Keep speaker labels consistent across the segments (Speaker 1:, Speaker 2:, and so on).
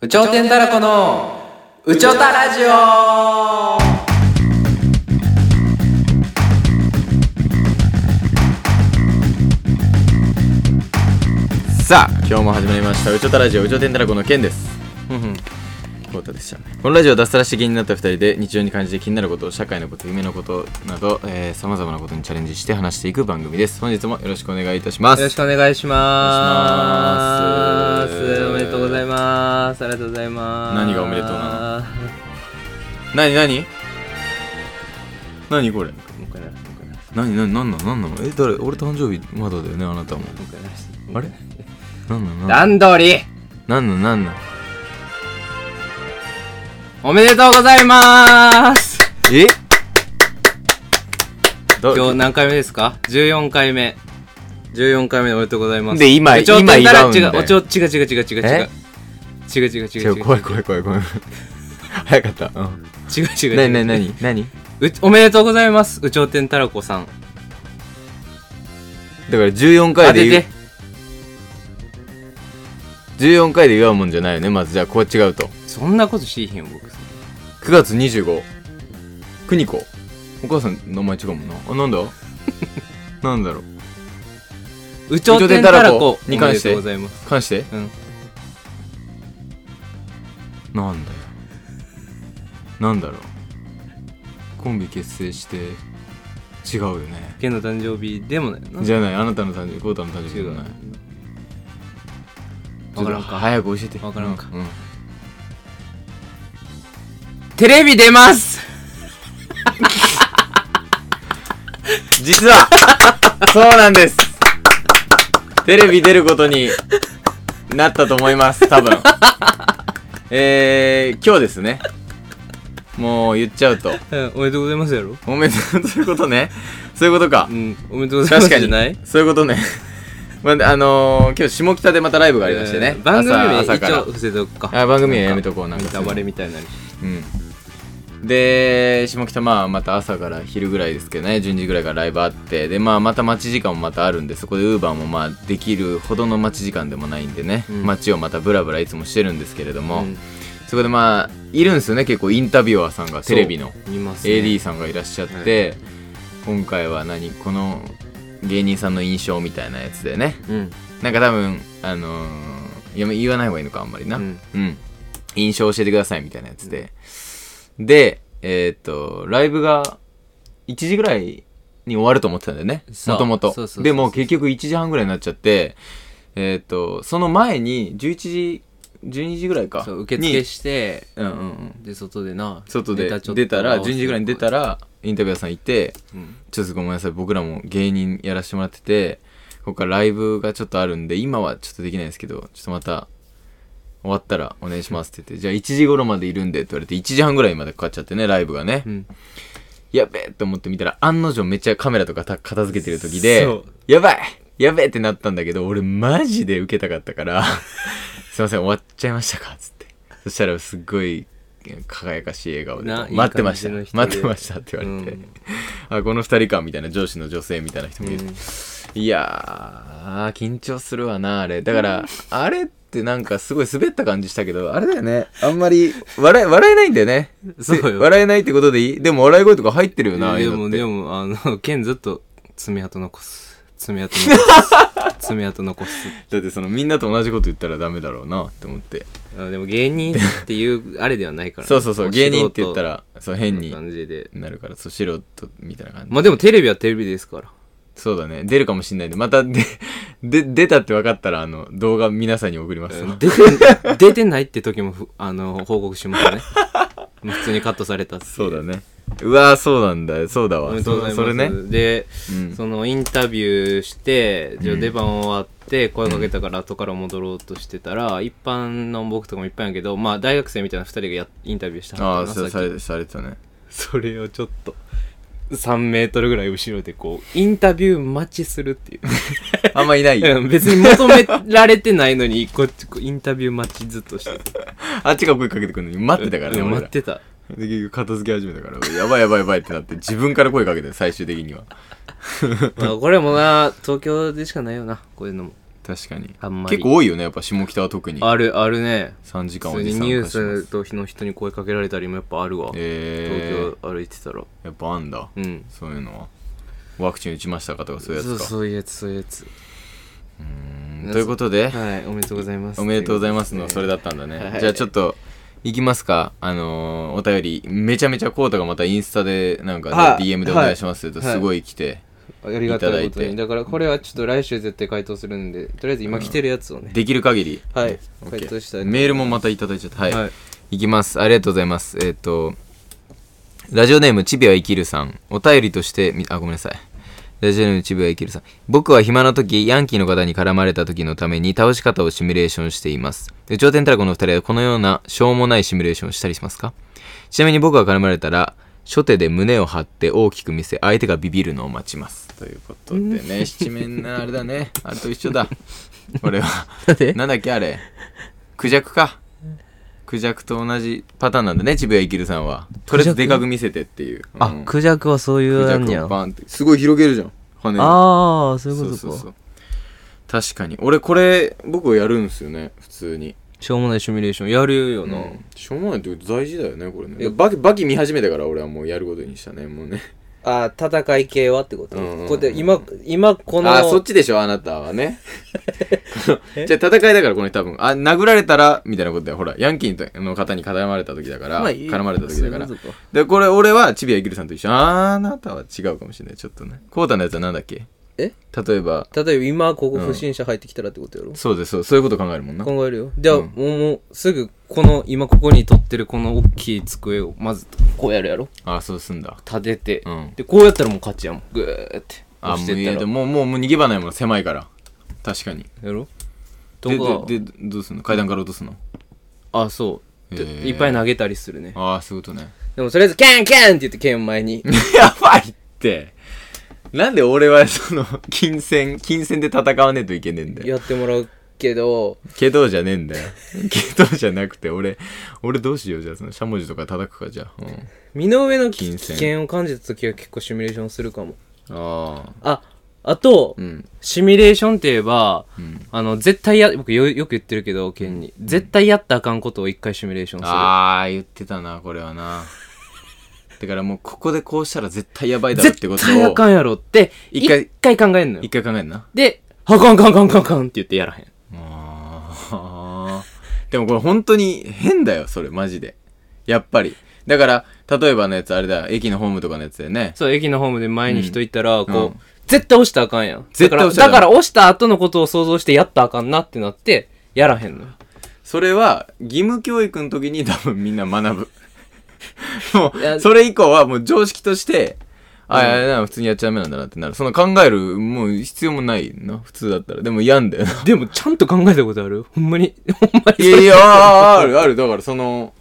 Speaker 1: 宇頂天たらこの宇宙たラジオ
Speaker 2: さあ今日も始まりました「うちょたラジオうちょてんたらこのけん」ですこうたでしたこのラジオは脱サラして気になった2人で日常に感じて気になること社会のこと夢のことなどさまざまなことにチャレンジして話していく番組です本日もよろしくお願いいたしま
Speaker 1: よろ
Speaker 2: す
Speaker 1: しくお願いしま
Speaker 2: お願
Speaker 1: す
Speaker 2: いします
Speaker 1: おめでとうございますありがとうございます
Speaker 2: 何がおめでとうな何何何これ
Speaker 1: もう一回なもう一回なも
Speaker 2: 何何何なの何なのえ誰俺誕生日まだだよねあなたも
Speaker 1: う一回な
Speaker 2: あれ何なの
Speaker 1: 段取り
Speaker 2: 何なの何なの
Speaker 1: おめでとうございます
Speaker 2: えど
Speaker 1: 今日何回目ですか ?14 回目14回目でおめでとうございます
Speaker 2: で今
Speaker 1: 宇宙天
Speaker 2: 今
Speaker 1: たら
Speaker 2: 祝うんだよ
Speaker 1: 違うおちょ違う違う違う違う違う
Speaker 2: え
Speaker 1: 違う違う違う違う
Speaker 2: 違
Speaker 1: 違う違う
Speaker 2: う怖い怖い怖い 怖い早かったうん
Speaker 1: 違う
Speaker 2: 何何何何
Speaker 1: うおめでとうございます宇宙天たらこさん
Speaker 2: だから14
Speaker 1: 当
Speaker 2: 回で
Speaker 1: て
Speaker 2: 言う
Speaker 1: て
Speaker 2: 14回で祝うもんじゃないよねまずじゃあこう違うと
Speaker 1: そんなことしいひんよ僕
Speaker 2: 9月25邦子お母さん名前違うもんなあなん だなんだろう
Speaker 1: 宇宙天たらこ
Speaker 2: に関して
Speaker 1: おめでとうございます
Speaker 2: 関して
Speaker 1: うん
Speaker 2: なんだよなんだろうコンビ結成して違うよね
Speaker 1: ケンの誕生日でもないよな
Speaker 2: じゃないあなたの誕生日コウタの誕生日じゃないちょ
Speaker 1: わか
Speaker 2: っと
Speaker 1: らんか
Speaker 2: 早く教えて
Speaker 1: わからんか
Speaker 2: うん
Speaker 1: テレビ出ます
Speaker 2: 実はそうなんですテレビ出ることになったと思います多分えー、今日ですねもう言っちゃうと
Speaker 1: うんおめでとうございますやろ
Speaker 2: おめでとうそういうことねそういうことか
Speaker 1: うんおめでとうございま
Speaker 2: 確
Speaker 1: す
Speaker 2: か
Speaker 1: じゃない
Speaker 2: にそういうことねまあ、あのー、今日下北でまたライブがありましてね、
Speaker 1: えー番組名
Speaker 2: 朝朝か
Speaker 1: 一
Speaker 2: ら
Speaker 1: 応伏せとくか
Speaker 2: あ番組名やめとこうなんか
Speaker 1: ネタバレみたいになるし
Speaker 2: うん、で下北まあまた朝から昼ぐらいですけどね12時ぐらいからライブあってでまあまた待ち時間もまたあるんでそこでウーバーもまあできるほどの待ち時間でもないんでね、
Speaker 1: うん
Speaker 2: 街をまたブラブラいつもしてるんですけれど
Speaker 1: う
Speaker 2: も、
Speaker 1: ん
Speaker 2: そこでまあいるんですよね結構インタビュアーさんがテレビの
Speaker 1: そういますね
Speaker 2: AD さんがいらっしゃって、今回は何この芸人さんの印象みたいなやつでね
Speaker 1: うん
Speaker 2: なんか多分あのーいや言わない方がいいのかあんまりな、
Speaker 1: うん
Speaker 2: うん、印象教えてくださいみたいなやつで、でえーっとライブが1時ぐらいに終わると思ってたんだよね
Speaker 1: そ
Speaker 2: も
Speaker 1: う
Speaker 2: とも
Speaker 1: そうそうそうそ
Speaker 2: と
Speaker 1: う
Speaker 2: でも結局1時半ぐらいになっちゃってえーっとその前に11時12時ぐらいか
Speaker 1: そう受付
Speaker 2: に
Speaker 1: して
Speaker 2: うんうんうん
Speaker 1: で外でな
Speaker 2: 外
Speaker 1: ネ
Speaker 2: で
Speaker 1: タちょっと
Speaker 2: 出たら12時ぐらいに出たらインタビュアーさんいて
Speaker 1: うん
Speaker 2: ちょっとごめんなさい僕らも芸人やらせてもらっててここからライブがちょっとあるんで今はちょっとできないんですけどちょっとまた終わったらお願いしますって言ってじゃあ1時頃までいるんでって言われて1時半ぐらいまでかかっちゃってねライブがね、
Speaker 1: うん
Speaker 2: やべえと思って見たら案の定めっちゃカメラとかた片付けてる時で
Speaker 1: そう
Speaker 2: やばいやべえってなったんだけど俺マジで受けたかったから すいません終わっちゃいましたかつってそしたらすっごい輝かしい笑顔で
Speaker 1: ないい
Speaker 2: 待ってました
Speaker 1: 感じの人で
Speaker 2: 待ってましたって言われて、
Speaker 1: うん
Speaker 2: あこの二人かみたいな上司の女性みたいな人もいる、いやー緊張するわなあれだからあれってなんかすごい滑った感じしたけどあれだよねあんまり笑え笑えないんだよね
Speaker 1: そうよ
Speaker 2: 笑えないってことでいいでも笑い声とか入ってるよなああい
Speaker 1: で
Speaker 2: うの
Speaker 1: も
Speaker 2: って
Speaker 1: でもあのケンずっと爪痕残す爪痕残 す爪痕残す
Speaker 2: だってそのみんなと同じこと言ったらダメだろうなって思って
Speaker 1: あでも芸人って いうあれではないからね
Speaker 2: そうそうそう
Speaker 1: お
Speaker 2: 芸人って言ったらそう変
Speaker 1: 素人
Speaker 2: に
Speaker 1: の感じで
Speaker 2: なるからそう素人みたいな感じ
Speaker 1: まあでもテレビはテレビですから
Speaker 2: そうだね出るかもしんないんでまたでで出たって分かったらあの動画皆さんに送ります
Speaker 1: 出て 出てないって時もふあの報告しますね もう普通にカットされたってい
Speaker 2: そうだねうわーそうなんだそうだわ
Speaker 1: おめでとうございます
Speaker 2: それね
Speaker 1: で、
Speaker 2: うん
Speaker 1: そのインタビューしてじゃあ
Speaker 2: うん
Speaker 1: 出番終わって声かけたから後から戻ろうとしてたら、一般の僕とかもいっぱいやけどまあ大学生みたいな2人がやインタビューしたのかな
Speaker 2: ああさ
Speaker 1: さっき
Speaker 2: されされてたね
Speaker 1: それをちょっと3メートルぐらい後ろでこうインタビュー待ちするっていう
Speaker 2: あんまいない
Speaker 1: うん別に求められてないのにこっちこうインタビュー待ちずっとしてた
Speaker 2: あっちが声かけてくるのに待ってたからね
Speaker 1: うん
Speaker 2: 俺ら
Speaker 1: 待ってた
Speaker 2: で結局片付け始めたからやばいやばいやばいってなって自分から声かけて最終的には
Speaker 1: まあこれもな東京でしかないよなこういうのも
Speaker 2: 確かに
Speaker 1: あんまり
Speaker 2: 結構多いよねやっぱ下北は特に
Speaker 1: あるあるね
Speaker 2: 3時間お
Speaker 1: 普通
Speaker 2: じ
Speaker 1: に
Speaker 2: さん
Speaker 1: ニュー
Speaker 2: 化しま
Speaker 1: ス
Speaker 2: す
Speaker 1: と日の人に声かけられたりもやっぱあるわ、
Speaker 2: え
Speaker 1: 東京歩いてたら
Speaker 2: ー、やっぱあんだ、
Speaker 1: うん
Speaker 2: そういうのはワクチン打ちましたかとかそういうや
Speaker 1: そ
Speaker 2: つ
Speaker 1: う
Speaker 2: か
Speaker 1: そういうやつそういうやつ
Speaker 2: うーんということで、
Speaker 1: はいおめでとうございます
Speaker 2: おめでとうございますの、それだ
Speaker 1: っ
Speaker 2: ったんだね、
Speaker 1: はい
Speaker 2: じゃあちょっといきますかあのーお便りめちゃめちゃコートがまたインスタでなんかね、
Speaker 1: はい
Speaker 2: DM でお願いしますって言うと
Speaker 1: はい
Speaker 2: すごい来て、
Speaker 1: たありがたい
Speaker 2: い
Speaker 1: こ
Speaker 2: た
Speaker 1: と
Speaker 2: だい
Speaker 1: に
Speaker 2: て
Speaker 1: だからこれはちょっと来週絶対回答するんでとりあえず今来てるやつをね、
Speaker 2: できる限り
Speaker 1: はい
Speaker 2: オッケー
Speaker 1: 回答したい
Speaker 2: メールもまたいただいちゃったはい、
Speaker 1: はい
Speaker 2: い、きますありがとうございますえっ、とラジオネームちびは生きるさんお便りとしてみあごめんなさいラジオネームちびは生きるさん僕は暇な時ヤンキーの方に絡まれた時のために倒し方をシミュレーションしています有頂天太鼓のお二人はこのようなしょうもないシミュレーションをしたりしますかちなみに僕が絡まれたら初手で胸を張って大きく見せ相手がビビるのを待ちますということでね七面なあれだねあれと一緒だ俺は
Speaker 1: なんで
Speaker 2: なんだっけあれクジャクかクジャクと同じパターンなんだね渋谷生きるさんはとりあえずでかく見せてっていうう
Speaker 1: あ
Speaker 2: ん
Speaker 1: クジャクはそういう
Speaker 2: クジ
Speaker 1: あ
Speaker 2: ャ
Speaker 1: ん
Speaker 2: ク
Speaker 1: や
Speaker 2: をバンってすごい広げるじゃん羽
Speaker 1: ああそういうことか
Speaker 2: う確かに俺これ僕やるんですよね普通に、
Speaker 1: しょうもないシミュレーションやるよな、
Speaker 2: しょうもないって大事だよねこれね
Speaker 1: え
Speaker 2: バキバキ見始めたから俺はもうやることにしたねもうね
Speaker 1: あー戦い系はってこと、
Speaker 2: うんうんうん
Speaker 1: こうやって今今この
Speaker 2: あーそっちでしょあなた はねこのじゃあ戦いだからこの人多分あ殴られたらみたいなことだよほらヤンキーの方に絡まれた時だから、
Speaker 1: まあいい
Speaker 2: 絡まれた時だから
Speaker 1: そういうこと
Speaker 2: でこれ俺はチビアイギルさんと一緒あーあなたは違うかもしれないちょっとねコータのやつはなんだっけ
Speaker 1: え
Speaker 2: 例えば
Speaker 1: 例えば今ここ
Speaker 2: うん
Speaker 1: 不審者入ってきたらってことやろ、
Speaker 2: そうですそうそういうこと考えるもんな
Speaker 1: 考えるよじゃあ、
Speaker 2: うん
Speaker 1: もうもうすぐこの今ここに取ってるこの大きい机をまずこうやるやろ
Speaker 2: あーそうすんだ
Speaker 1: 立てて、
Speaker 2: うん
Speaker 1: でこうやったらもう勝ちやもんグーって
Speaker 2: あ
Speaker 1: 押して
Speaker 2: ーもうい
Speaker 1: っ
Speaker 2: や
Speaker 1: た
Speaker 2: で
Speaker 1: ら
Speaker 2: ももうもう逃げ場ないもん狭いから確かに
Speaker 1: やろと
Speaker 2: で
Speaker 1: か
Speaker 2: ででどうすんの階段から落とすの
Speaker 1: あそうで
Speaker 2: へー
Speaker 1: いっぱい投げたりするね
Speaker 2: ああそういうことね
Speaker 1: でもとりあえずキャンキャンって言って剣前に
Speaker 2: やばいってなんで俺はその金銭金銭で戦わねえといけねえんだよ
Speaker 1: やってもらうけど
Speaker 2: けどじゃねえんだよけどじゃなくて俺俺どうしようじゃあそのしゃもじとか叩くかじゃあ、うん、
Speaker 1: 身の上の危
Speaker 2: 金
Speaker 1: 危
Speaker 2: 銭
Speaker 1: 険を感じた時は結構シミュレーションするかも
Speaker 2: ああ
Speaker 1: ああと、
Speaker 2: うん
Speaker 1: シミュレーションって言えば、
Speaker 2: うん
Speaker 1: あの絶対や僕よよく言ってるけどケンに、絶対やったらあかんことを一回シミュレーションする
Speaker 2: ああ言ってたなこれはなだからもうここでこうしたら絶対やばいだろってこと
Speaker 1: 絶対あか
Speaker 2: を
Speaker 1: んやろって、一
Speaker 2: 一
Speaker 1: 回
Speaker 2: 回
Speaker 1: 考えんのよ
Speaker 2: 一。回考えんな
Speaker 1: で、あかんあかんあかんあかんあかんって言ってやらへん。
Speaker 2: ああでもこれ本当に変だよそれマジでやっぱりだから例えばのやつあれだ駅のホームとかのやつだよね
Speaker 1: そう、駅のホームで前に人いたら、こう、
Speaker 2: うん
Speaker 1: 絶対押したらあかんやん。
Speaker 2: 絶対押したら
Speaker 1: だ
Speaker 2: あ
Speaker 1: か
Speaker 2: か
Speaker 1: だ
Speaker 2: ら
Speaker 1: から押した後のことを想像してやったらあかんなってなって、やらへんのよ。
Speaker 2: それは義務教育の時 に多分みんな 学ぶも
Speaker 1: いや
Speaker 2: うそれ以降はもう常識としてあ、
Speaker 1: うん
Speaker 2: いやいや普通にやっちゃダメなんだなってなるその考えるもう必要もないな普通だったらでも嫌んだ よな
Speaker 1: でも、ちゃんと考えたことあるほんまに。ほんま
Speaker 2: い
Speaker 1: に。
Speaker 2: やい や、あるある。だからその、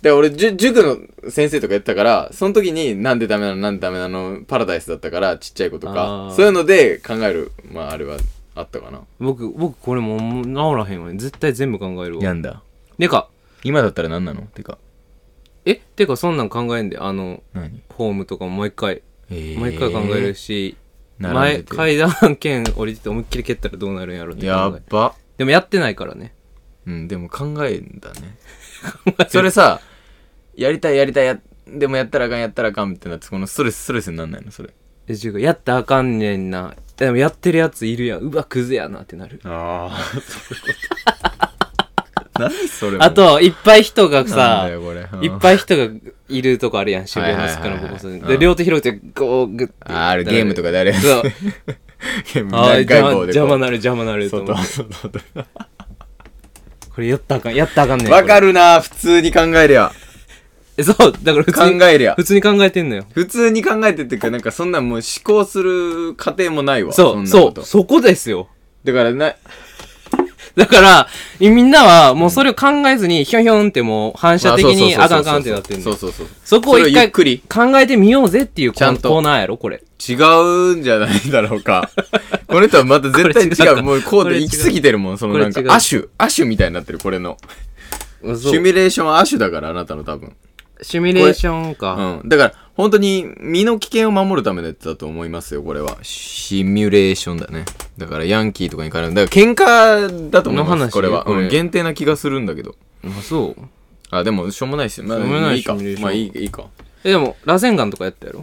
Speaker 2: で俺、じゅ塾の先生とかやってたから、その時になんでダメなの、なんでダメなの、パラダイスだったから、ちっちゃい子と
Speaker 1: あ
Speaker 2: か
Speaker 1: ー、
Speaker 2: そういうので考える、まああれはあったかな。
Speaker 1: 僕、僕これもう治らへんわね。絶対全部考えるわ。
Speaker 2: んだ。
Speaker 1: でか、
Speaker 2: 今だったら何なのてか、
Speaker 1: えてかそんなん考えんで、あの、
Speaker 2: 何
Speaker 1: ホームとかももう一回、
Speaker 2: えー
Speaker 1: もう一回考えるし、
Speaker 2: 並んで
Speaker 1: 前、
Speaker 2: て
Speaker 1: 階段剣降りてて思いっきり蹴ったらどうなるんやろって考え
Speaker 2: やば。
Speaker 1: でもやってないからね。
Speaker 2: うん、でも考えんだ ね。それさ、やりたいやりたいや、でもやったらあかんやったらあかんってなって、このストレス、ストレスになんないのそれ。
Speaker 1: え、ちゅうかやったらあかんねんな。でもやってるやついるやん。うわ、クズやなってなる。
Speaker 2: ああ、そういう こと。何それもう
Speaker 1: あと、いっぱい人が
Speaker 2: なん
Speaker 1: さ
Speaker 2: だ、よこれうん
Speaker 1: いっぱい人がいるとこあるやん。渋谷のスクの
Speaker 2: はいはい
Speaker 1: こ
Speaker 2: はい
Speaker 1: こ
Speaker 2: はい
Speaker 1: で、
Speaker 2: うん
Speaker 1: 両手広くて、こう、グッて。
Speaker 2: あーある ゲームとかであるや つ
Speaker 1: そう。
Speaker 2: ゲーム
Speaker 1: ああ、
Speaker 2: 長い
Speaker 1: 邪魔
Speaker 2: 棒でこ
Speaker 1: 邪
Speaker 2: う
Speaker 1: 魔なる、邪魔なると思
Speaker 2: 外
Speaker 1: う。
Speaker 2: 外外
Speaker 1: これやったらあかん、やったらあかんねん。
Speaker 2: わか
Speaker 1: る。
Speaker 2: るな普通に考えりゃ
Speaker 1: えそう、だから普
Speaker 2: 考
Speaker 1: 通に、
Speaker 2: えりゃ
Speaker 1: 普通に考えてんのよ。
Speaker 2: 普通に考えてっていうかなんかそんなんもう思考する過程もないわ
Speaker 1: そう、
Speaker 2: んな
Speaker 1: そ
Speaker 2: こと
Speaker 1: う、そこですよ。
Speaker 2: だからな
Speaker 1: だから、みんなはもうそれを考えずに、ひょんひょんってもう反射的にあかんあかんってなってんの
Speaker 2: そう
Speaker 1: よ。
Speaker 2: そうそう
Speaker 1: そこを
Speaker 2: それ
Speaker 1: 一
Speaker 2: をゆ
Speaker 1: 回
Speaker 2: っくり
Speaker 1: 考えてみようぜっていうこ
Speaker 2: ちゃ
Speaker 1: の
Speaker 2: んと
Speaker 1: コーナーやろ、これ。
Speaker 2: 違うんじゃないだろうか この人はまた絶対
Speaker 1: これ違う
Speaker 2: 違
Speaker 1: か
Speaker 2: うもうこ
Speaker 1: こ
Speaker 2: う
Speaker 1: れ
Speaker 2: で
Speaker 1: 違う
Speaker 2: 行き過ぎてるもんそのなんか
Speaker 1: これ違う
Speaker 2: 亜種亜種みたいになってるこれのシ
Speaker 1: 趣
Speaker 2: ミュレーションは亜種だからあなたの多分
Speaker 1: シミュレーションか。
Speaker 2: うん。だから、本当に身の危険を守るためのやつだと思いますよ、これは。シミュレーションだね。だから、ヤンキーとかに絡む。だから、喧嘩だと思い
Speaker 1: の
Speaker 2: ます、
Speaker 1: 話
Speaker 2: これは。
Speaker 1: これ
Speaker 2: うん、限定な気がするんだけど。
Speaker 1: あ、そう。
Speaker 2: あ、でも、しょうもないですよ。まあ、
Speaker 1: しょうもない
Speaker 2: いいか。
Speaker 1: シミュレーション
Speaker 2: まあ、いいいいか。
Speaker 1: え、でも、螺旋丸とかやったやろ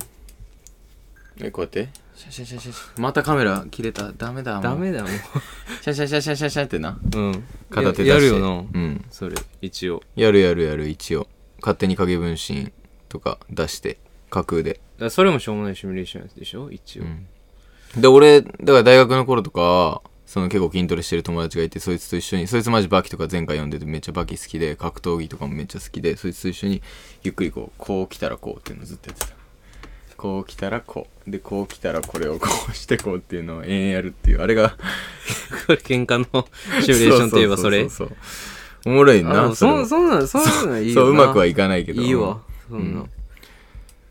Speaker 2: え、こうやってシャシャシャシャシャ。またカメラ切れた。ダメだ。もう
Speaker 1: ダメだもん。
Speaker 2: シャシャシャシャシャシャってな。
Speaker 1: うん。
Speaker 2: 片手出して。
Speaker 1: ややるよな。
Speaker 2: うん。
Speaker 1: それ、一応。
Speaker 2: やるやるやる、一応。勝手に影分身とか出して、架空で。
Speaker 1: だからそれもしょうもないシミュレーションやつでしょ一応。
Speaker 2: で、俺、だから大学の頃とか、その結構筋トレしてる友達がいて、そいつと一緒に、そいつマジバキとか前回読んでてめっちゃバキ好きで、格闘技とかもめっちゃ好きで、そいつと一緒に、ゆっくりこう、こう来たらこうっていうのをずっとやってた。こう来たらこう。で、こう来たらこれをこうしてこうっていうのを永遠やるっていう、あれが、
Speaker 1: これ、喧嘩のシミュレーションといえばそれ。
Speaker 2: そうそうそうおもろい
Speaker 1: あ
Speaker 2: な。
Speaker 1: そ
Speaker 2: れも
Speaker 1: んそんな、そんなんいいよ
Speaker 2: そう、う
Speaker 1: な
Speaker 2: まくはいかないけど。
Speaker 1: いいわ。そんな。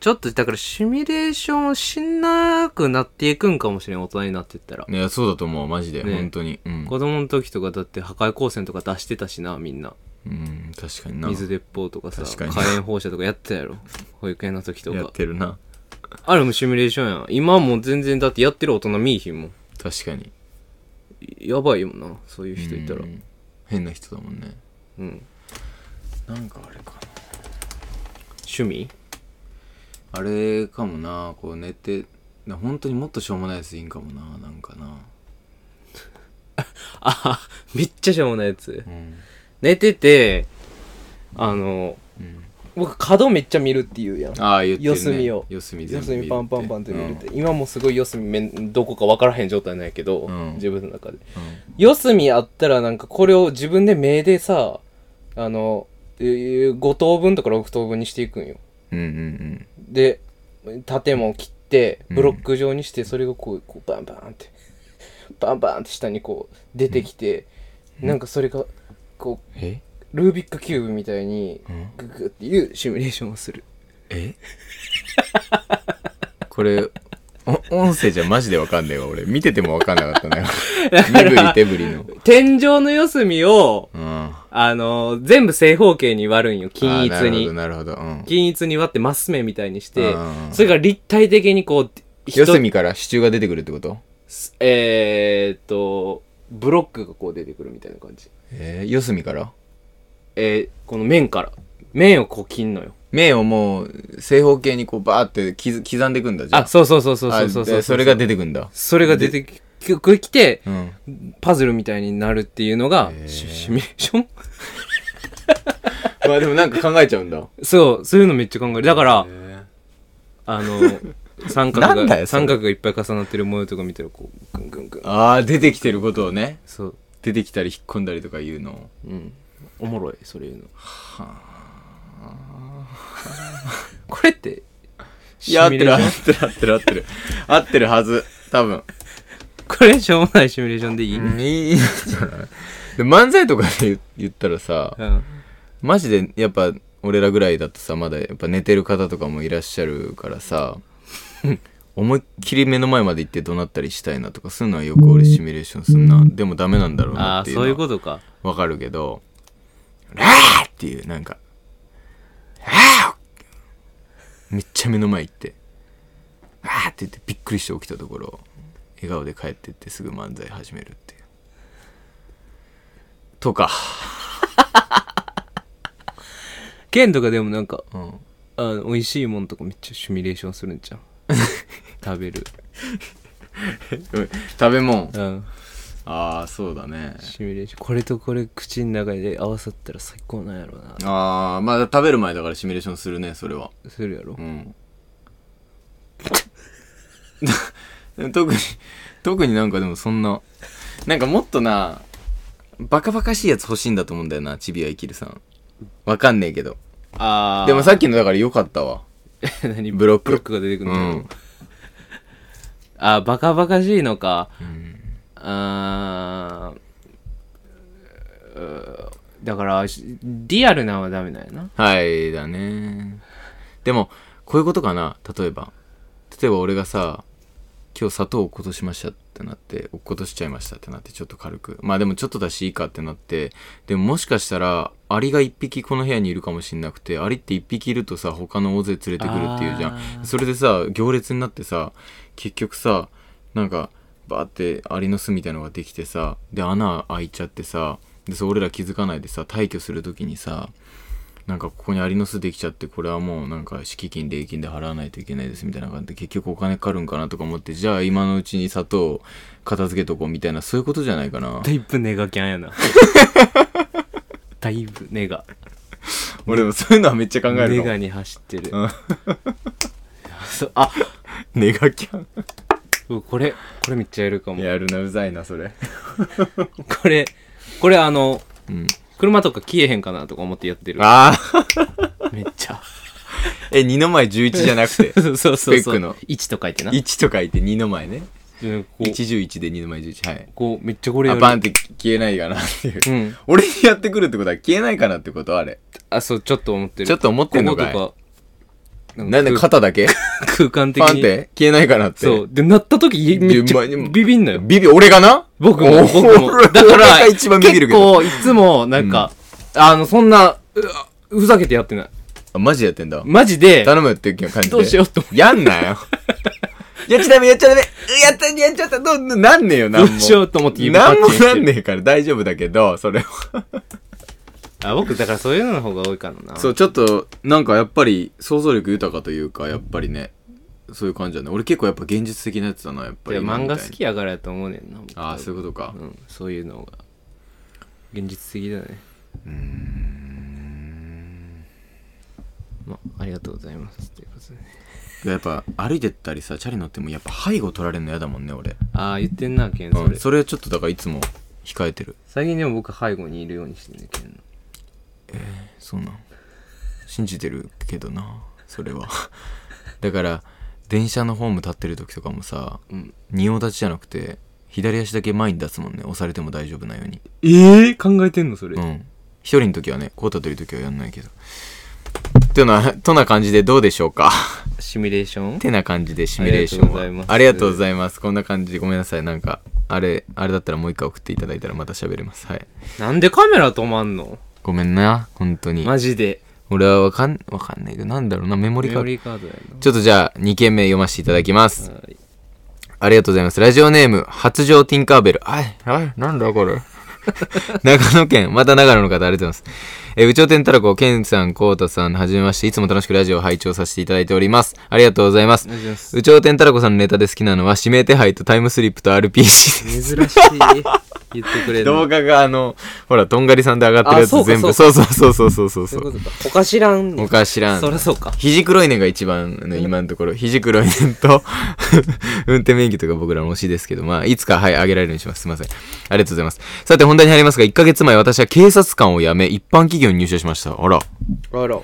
Speaker 1: ちょっと、だから、シミュレーションをしなくなっていくんかもしれん、大人になってったら。
Speaker 2: いや、そうだと思う、マジで。
Speaker 1: ね
Speaker 2: 本当に。うん。
Speaker 1: 子供の時とかだって破壊光線とか出してたしなみんな
Speaker 2: うん、確かにな。
Speaker 1: 水鉄砲とかさ
Speaker 2: 確
Speaker 1: 火
Speaker 2: かに
Speaker 1: 炎放射とかやってた やろ保育園の時と
Speaker 2: やっ
Speaker 1: か
Speaker 2: てるな。
Speaker 1: あれもシミュレーションやん今もう全然だってやってる大人見いひんもん
Speaker 2: 確かに。
Speaker 1: やばいよなそういう人いたら
Speaker 2: うん変な人だもんね
Speaker 1: うん
Speaker 2: なんかあれかな
Speaker 1: 趣味
Speaker 2: あれかもなこう寝てな本当にもっとしょうもないやついいんかもななんかな
Speaker 1: あめっちゃしょうもないやつ
Speaker 2: うん
Speaker 1: 寝ててあの
Speaker 2: うん
Speaker 1: 僕角めっちゃ見るって言うやん
Speaker 2: ああ言ってる、
Speaker 1: 四
Speaker 2: ね、
Speaker 1: 隅を
Speaker 2: 四隅全
Speaker 1: 四
Speaker 2: 部見る
Speaker 1: 隅
Speaker 2: って
Speaker 1: パンパンパンって見るって、
Speaker 2: うん
Speaker 1: 今もすごい四隅めんどこか分からへん状態なんやけど、
Speaker 2: うん
Speaker 1: 自分の中で四隅あったらなんかこれを自分で目でさあの5等分とか6等分にしていくんよ
Speaker 2: うんうんうん
Speaker 1: で縦も切って
Speaker 2: うん
Speaker 1: ブロック状にしてそれがこうこうバンバンってバンバンって下にこう出てきて、なんかそれがこ
Speaker 2: え
Speaker 1: うルービックキューブみたいに
Speaker 2: うん
Speaker 1: ググっていうシミュレーションをする
Speaker 2: え これお音声じゃマジでわかんねえわ俺見ててもわかんなかった ね身振り手振りの
Speaker 1: 天井の四隅を
Speaker 2: うん
Speaker 1: あの全部正方形に割るんよ均一
Speaker 2: あー
Speaker 1: に
Speaker 2: なるほどなるほどうん
Speaker 1: 均一に割ってマス目みたいにして
Speaker 2: うん
Speaker 1: それが立体的にこう
Speaker 2: 四隅から支柱が出てくるってこと
Speaker 1: すえー、っと、ブロックがこう出てくるみたいな感じ。
Speaker 2: えー、四隅から
Speaker 1: えー、この面から。面をこう切んのよ。
Speaker 2: 面をもう正方形にこうバーって刻刻んでいくんだじゃ
Speaker 1: あ、そうそうそうそうそう
Speaker 2: あ
Speaker 1: そう
Speaker 2: でそれが出てくんだ
Speaker 1: それが出てきくきて、
Speaker 2: うん
Speaker 1: パズルみたいになるっていうのが
Speaker 2: へ、ー
Speaker 1: シシミュレーション
Speaker 2: まあでもなんか考えちゃう んだ
Speaker 1: そう、そういうのめっちゃ考える。だから、
Speaker 2: へ
Speaker 1: あ の、三角
Speaker 2: なんだよ
Speaker 1: が、
Speaker 2: それ
Speaker 1: 三角がいっぱい重なってる模様とか見たら、こう、ぐんぐんぐん
Speaker 2: ー。ああ出てきてることをね
Speaker 1: そう。
Speaker 2: 出てきたり引っ込んだりとかいうのを
Speaker 1: うん。おもろい、それいうの。 これって、
Speaker 2: いや合ってる合
Speaker 1: シミュレーション
Speaker 2: ってる合ってる合ってる合ってるはず多分
Speaker 1: これしょうもないシミュレーションでいい、
Speaker 2: いいんじゃないで漫才とかで言言ったらさ
Speaker 1: うん
Speaker 2: マジでやっぱ俺らぐらいだとさまだやっぱ寝てる方とかもいらっしゃるからさ 思いっきり目の前まで行って怒鳴ったりしたいなとかするのはよく俺シミュレーションすんなでもダメなんだろうな
Speaker 1: あ
Speaker 2: っ
Speaker 1: あ
Speaker 2: ていう
Speaker 1: そういう
Speaker 2: の
Speaker 1: ことか
Speaker 2: はわかるけど「あーっていうなんか「あーめっちゃ目の前行って「あーって言ってびっくりして起きたところ笑顔で帰ってってすぐ漫才始めるっていうとか
Speaker 1: 剣とかでもなんか
Speaker 2: うん
Speaker 1: あの美味しいもんとかめっちゃシミュレーションするん じゃん食べる、
Speaker 2: 食べ物
Speaker 1: うん、
Speaker 2: ああそうだね
Speaker 1: シミュレーションこれとこれ口の中で合わさったら最高なんやろうな
Speaker 2: ああまあ食べる前だからシミュレーションするねそれは
Speaker 1: するやろ
Speaker 2: うん 特に特になんかでもそんななんかもっとなバカバカしいやつ欲しいんだと思うんだよなチビアイキルさんわかんねえけど
Speaker 1: あ
Speaker 2: でもさっきのだから良かったわ
Speaker 1: 何
Speaker 2: ブロック
Speaker 1: ブロックが出てく
Speaker 2: う
Speaker 1: るの、
Speaker 2: ん、
Speaker 1: あーバカバカしいのかあーうーだからしリアルなんはダメなんやな
Speaker 2: はいだねでもこういうことかな例えば例えば俺がさ今日砂糖落っことしましたってなって落っことしちゃいましたってなってちょっと軽くまあでもちょっとだしいいかってなってでももしかしたらアリが1匹この部屋にいるかもしんなくてアリって1匹いるとさ他の大勢連れてくるっていうじゃ
Speaker 1: あ
Speaker 2: んそれでさ行列になってさ結局さなんかバーってアリの巣みたいのができてさで穴開いちゃってさでそう俺ら気づかないでさ退去する時にさなんかここにアリの巣できちゃってこれはもうなんか敷金礼金で払わないといけないですみたいな感じで結局お金かかるんかなとか思ってじゃあ今のうちに砂糖を片付けとこうみたいなそういうことじゃないか な
Speaker 1: だいぶネガキャン やなだいぶネガ
Speaker 2: 俺でもそういうのはめっちゃ考える
Speaker 1: ネ
Speaker 2: の
Speaker 1: ガに走ってる
Speaker 2: うん
Speaker 1: そうあ
Speaker 2: ネガキャン
Speaker 1: うわこれこれめっちゃやるかも
Speaker 2: やるなうざいなそれ
Speaker 1: これこれあの
Speaker 2: うん
Speaker 1: 車とか消えへんかなとか思ってやってる
Speaker 2: ああ
Speaker 1: めっちゃ
Speaker 2: え二の前11じゃなく て
Speaker 1: そうそうそう
Speaker 2: スペックの
Speaker 1: 1と書いてな
Speaker 2: 1と書いて二の前ね
Speaker 1: うんこう
Speaker 2: 111で二の前11はい
Speaker 1: こうめっちゃこれや
Speaker 2: あ
Speaker 1: る
Speaker 2: バンって消えないかなっていう、
Speaker 1: うん
Speaker 2: 俺にやってくるってことは消えないかなってことあれ
Speaker 1: あそうちょっと思ってる
Speaker 2: ちょっと思ってんのかい
Speaker 1: こことか
Speaker 2: なんで
Speaker 1: 空
Speaker 2: 肩だけ
Speaker 1: 空間的に
Speaker 2: パンって消えないかなって
Speaker 1: そうで鳴った時めっちゃ
Speaker 2: 順番に
Speaker 1: ビビんのよ
Speaker 2: ビビ、俺がな
Speaker 1: 僕も
Speaker 2: お
Speaker 1: 僕も
Speaker 2: 俺
Speaker 1: だか
Speaker 2: 俺
Speaker 1: ら
Speaker 2: が一番ビビるけど。
Speaker 1: 結構いつもなんか、あのそんなうわふざけてやってない
Speaker 2: あマジでやってんだ。
Speaker 1: マジで
Speaker 2: 頼むよっていう感じで。
Speaker 1: どうしようと思
Speaker 2: やんな よ。やっちゃダメ、やっちゃダメ。やった、やっちゃった。どう、なんねえよ、なん
Speaker 1: ど
Speaker 2: も。
Speaker 1: うしようと思って指パ
Speaker 2: なんも
Speaker 1: ッチンしてる
Speaker 2: なんねえから大丈夫だけど、それは。
Speaker 1: あ僕だからそういうのの方が多いからな
Speaker 2: そう、ちょっと、なんかやっぱり想像力豊かというか、やっぱりね、そういう感じだね。俺結構やっぱ現実的なやつだな、やっぱ
Speaker 1: い
Speaker 2: り。
Speaker 1: や漫画好きやからやと思うねんな僕
Speaker 2: ああ、そういうことか。
Speaker 1: うん、そういうのが現実的だねうんまあありがとうございますということでね
Speaker 2: いややっぱ歩いてったりさ、チャリ乗ってもやっぱ背後取られるの嫌だもんね、俺。
Speaker 1: ああ言ってんなケンそ
Speaker 2: そ
Speaker 1: れ、
Speaker 2: れそれちょっとだからいつも控えてる。
Speaker 1: 最近でも僕背後にいるようにしてんねケンの
Speaker 2: そうなん信じてるけどなそれは だから電車のホーム立ってる時とかもさ
Speaker 1: うん
Speaker 2: 仁王立ちじゃなくて左足だけ前に出すもんね押されても大丈夫なように
Speaker 1: ええ考えてんのそれ
Speaker 2: うん一人の時はねこう立ってる時はやんないけどてなとな感じでどうでしょうか
Speaker 1: シミュレーション
Speaker 2: てな感じでシミュレーショ
Speaker 1: あり
Speaker 2: ン
Speaker 1: がとうございま
Speaker 2: は
Speaker 1: す
Speaker 2: ありがとうございますこんな感じごめんなさいなんかあれあれだったらもう一回送っていただいたらまた喋れますはい
Speaker 1: なんでカメラ止まんの
Speaker 2: ごめんな本当に
Speaker 1: マジで
Speaker 2: 俺はわかんわかんないけどなんだろうなメモリ
Speaker 1: メ
Speaker 2: カー
Speaker 1: モ
Speaker 2: ド
Speaker 1: リーカードや
Speaker 2: ちょっとじゃあ2件目読ませていただきます。
Speaker 1: なはい
Speaker 2: ありがとうございます。ラジオネーム、発情ティンカーベル。あい、あい、なんだ これ。長野県、また長野の方ありがとうございます。えー、宇宙天たらこ、ケンさん、コウタさん、はじめまして、いつも楽しくラジオを拝聴させていただいております。ありがとうございます
Speaker 1: お。願いします
Speaker 2: 宇宙天たらこさんのネタで好きなのは、指名手配とタイムスリップと RPG です。
Speaker 1: 珍しい言ってくれる
Speaker 2: 動
Speaker 1: の
Speaker 2: 画があの、ほら、とんがりさんで上がってるや
Speaker 1: あそう
Speaker 2: つ
Speaker 1: か
Speaker 2: 全部、
Speaker 1: そ
Speaker 2: そうそうそうそうそうそ
Speaker 1: そ
Speaker 2: うそう
Speaker 1: いう
Speaker 2: う。
Speaker 1: ことか他知らんね
Speaker 2: 他知らん。
Speaker 1: そりゃそうか
Speaker 2: 肘黒いねが一番ね、今のところ。肘黒いねと、 運転免許とか僕らの推しですけど、まあ、いつか、はい、あげられるようにします。すいません。ありがとうございます。さて、本題に入りますが、1ヶ月前、私は警察官を辞め、一般企業に入社しました。あら。
Speaker 1: あら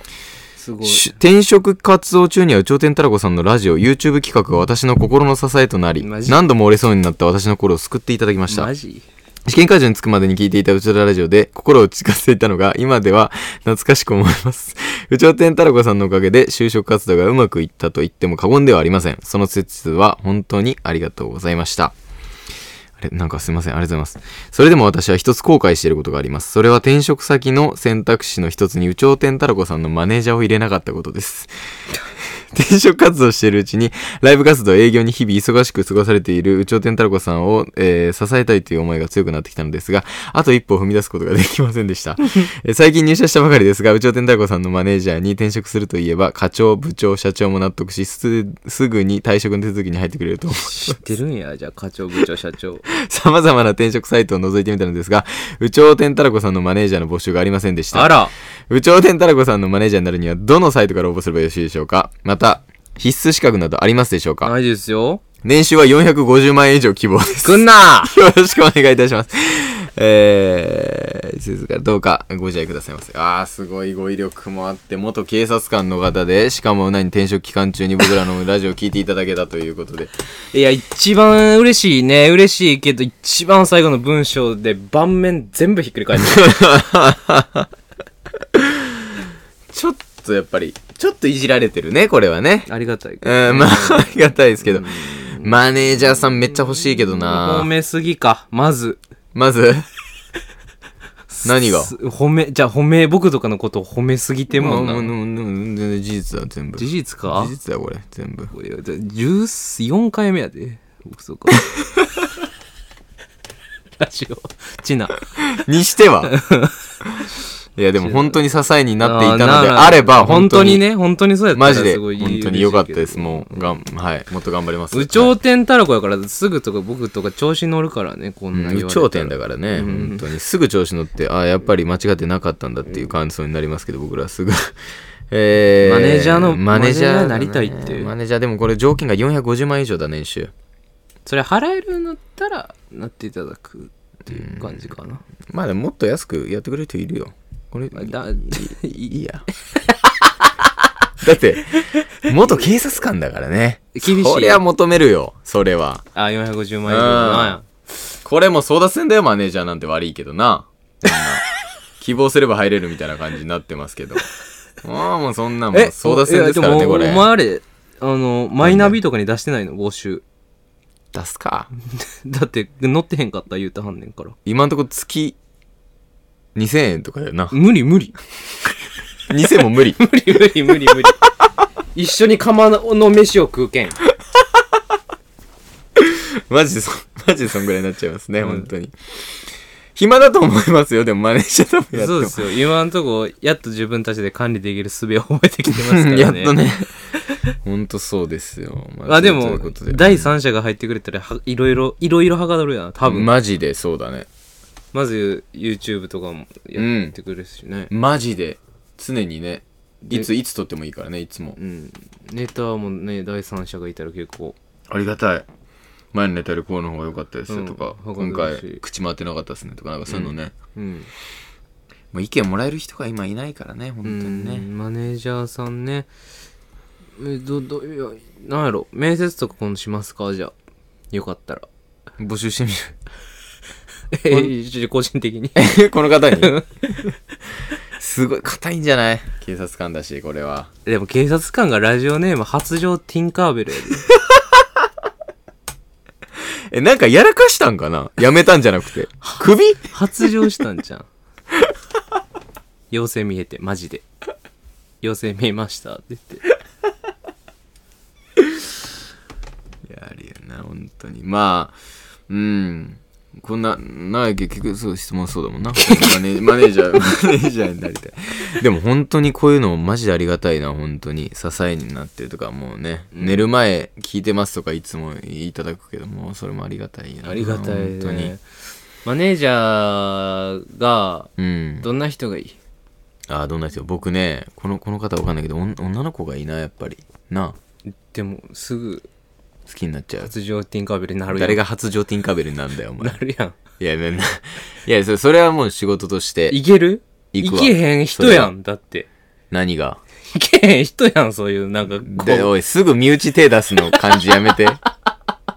Speaker 1: すごい
Speaker 2: し転職活動中には、頂点たらこさんのラジオ、YouTube 企画が私の心の支えとなり
Speaker 1: マ、ジ
Speaker 2: 何度も折れそうになった私の心を救っていただきました。
Speaker 1: マジ
Speaker 2: 試験会場に着くまでに聞いていたうちらラジオで心を落ち着かせていたのが今では懐かしく思います。 宇宙天太郎子さんのおかげで就職活動がうまくいったと言っても過言ではありません。その説は本当にありがとうございました。あれ、なんかすいません。ありがとうございます。それでも私は一つ後悔していることがあります。それは転職先の選択肢の一つに宇宙天太郎子さんのマネージャーを入れなかったことです。転職活動しているうちに、ライブ活動、営業に日々忙しく過ごされている宇宙天太郎子さんを、えー支えたいという思いが強くなってきたのですが、あと一歩を踏み出すことができません でした。えー最近入社したばかりですが、宇宙天太郎子さんのマネージャーに転職するといえば、課長、部長、社長も納得し、す、すぐに退職の手続きに入ってくれると 思う。
Speaker 1: 知ってるんやじゃあ課長部長社長
Speaker 2: 様々な転職サイトを覗いてみたのですが、宇宙天太郎子さんのマネージャーの募集がありませんでし た。
Speaker 1: あら
Speaker 2: 宇宙天たらこさんのマネージャーになるにはどのサイトから応募すればよろしいでしょうかまた、必須資格などありますでしょうか
Speaker 1: ないですよ
Speaker 2: 年収は450万円以上希望です。
Speaker 1: くんな
Speaker 2: よろしくお願いいたします。えー、静かどうかご自愛くださいませ。あー、すごい語彙力もあって、元警察官の方で、しかも何転職期間中に僕らのラジオを聞いていただけたということで。
Speaker 1: いや一番嬉しいね嬉しいけど一番最後の文章で盤面全部ひっくり返ってる
Speaker 2: ちょっとやっぱり、ちょっといじられてるね、これはね。
Speaker 1: ありがたいけど
Speaker 2: うん、まあ、ありがたいですけど。マネージャーさんめっちゃ欲しいけど
Speaker 1: 褒
Speaker 2: な
Speaker 1: めすぎか、まず。
Speaker 2: まず何 が
Speaker 1: す褒め、じゃあ褒め、僕とかのことを褒めすぎてんもん
Speaker 2: まあまあ
Speaker 1: な。
Speaker 2: まあまあ全然事実だ全部
Speaker 1: 事
Speaker 2: 事
Speaker 1: 実か
Speaker 2: 実だよこれ全部
Speaker 1: いやじゃあ14回目やで。嘘 か。ラジオ。チナ。
Speaker 2: にしては いやでも本当に支えになっていたので
Speaker 1: なな
Speaker 2: あれば
Speaker 1: 本
Speaker 2: 本
Speaker 1: 当
Speaker 2: 当
Speaker 1: に
Speaker 2: に
Speaker 1: ね、本当にそうやった
Speaker 2: マ
Speaker 1: ら
Speaker 2: ジです
Speaker 1: ごい
Speaker 2: 本当に良かったで
Speaker 1: 嬉しい
Speaker 2: すもうがんはいもっと頑張ります
Speaker 1: けど。有頂天たらこやから、すぐとか僕とか調子乗るからね、こんな言わ
Speaker 2: 有
Speaker 1: れたら
Speaker 2: 頂天だからね、
Speaker 1: うん
Speaker 2: 本当にすぐ調子乗ってああやっぱり間違ってなかったんだっていう感想になりますけど僕らすぐ え
Speaker 1: マネージャーの
Speaker 2: だね
Speaker 1: マネージャーになりたいって
Speaker 2: マネージャーでもこれ条件が450万円以上だ年収
Speaker 1: それ払えるんだったら、なっていただくっていう感じかな。
Speaker 2: まあでももっと安くやってくれる人いるよこれ
Speaker 1: まあだ
Speaker 2: いいやだって元警察官だからね
Speaker 1: 厳しい
Speaker 2: そりゃ求めるよそれは
Speaker 1: あ、450万円ぐらいかな。
Speaker 2: これも争奪戦だよマネージャーなんて悪いけどな そんな希望すれば入れるみたいな感じになってますけどああもうそんなもう争奪戦ですから
Speaker 1: いや
Speaker 2: ね
Speaker 1: も
Speaker 2: これ
Speaker 1: お前あれ、あの、マイナビとかに出してないの募集。
Speaker 2: 出すか
Speaker 1: だって、乗ってへんかった言うたはんねん から。
Speaker 2: 今んとこ月2000円とかだよな
Speaker 1: 無理無理。
Speaker 2: 2000も 無理
Speaker 1: 無理無理無理 無理。一緒に釜の飯を食うけん。
Speaker 2: マジでそマジでそんぐらいになっちゃいますね、本当に暇だと思いますよでもマネージャー多分やっ
Speaker 1: そ
Speaker 2: ても
Speaker 1: うですよ。今のとこ、やっと自分たちで管理できる術を覚えてきてますからね。
Speaker 2: やっと。 ね ほんとそうですよま
Speaker 1: あ、で
Speaker 2: そうい
Speaker 1: も
Speaker 2: うことで、
Speaker 1: 第三者が入ってくれたら、はいろいろ、いろいろはかどるやな、多分。ま
Speaker 2: マジでそうだね
Speaker 1: ず、YouTube とかもやってくれるしね。
Speaker 2: マジで常にねいついつ撮ってもいいからねいつも
Speaker 1: うん。ネタはもうね、第三者がいたら結構。
Speaker 2: ありがたい前のネタよりこうの方が良かったですよとか、
Speaker 1: うん
Speaker 2: 今
Speaker 1: わかる
Speaker 2: 回
Speaker 1: し
Speaker 2: 口回ってなかったですねとかなんかそういうのね、
Speaker 1: うん。
Speaker 2: もう意見もらえる人が今いないからね本当に
Speaker 1: う
Speaker 2: ね
Speaker 1: んマネージャーさんねえどどいやなんやろ面接とか今度しますかじゃあよかったら
Speaker 2: 募集してみ
Speaker 1: え個人的に
Speaker 2: るこの方 にすごい硬いんじゃない警察官だしこれは
Speaker 1: でも警察官がラジオネーム発情ティンカーベルやで
Speaker 2: えなんかやらかしたんかなやめたんじゃなくて首
Speaker 1: 発情したんじゃん妖精見えてマジで妖精見えましたって言って
Speaker 2: いやありえんな本当にまあうんこんななあ結局そう質問そうだもんなマネ マネージャーマネージャーになりたいでも本当にこういうのマジでありがたいな本当に支えになってるとかもうね、寝る前聞いてますとかいつもいただくけどもうそれもありがたいよな
Speaker 1: ありがたいね
Speaker 2: 本当に
Speaker 1: マネージャーが
Speaker 2: うん
Speaker 1: どんな人がいい
Speaker 2: あどんな人僕ねこのこの方わかんないけどおん女の子がいいなやっぱりなあ
Speaker 1: でもすぐ
Speaker 2: 好きになっちゃう
Speaker 1: 発情ティンカーベルになるやん
Speaker 2: 誰が発情ティンカーベルになんだよお前
Speaker 1: なるやん
Speaker 2: いやなないやそれそれはもう仕事として
Speaker 1: いける
Speaker 2: 行
Speaker 1: い
Speaker 2: くわ
Speaker 1: けへん人やん、だって。
Speaker 2: 何が
Speaker 1: いけへん人やん、そういう、なんか、こ
Speaker 2: で、
Speaker 1: う。
Speaker 2: おい、すぐ身内手出すの感じや めて。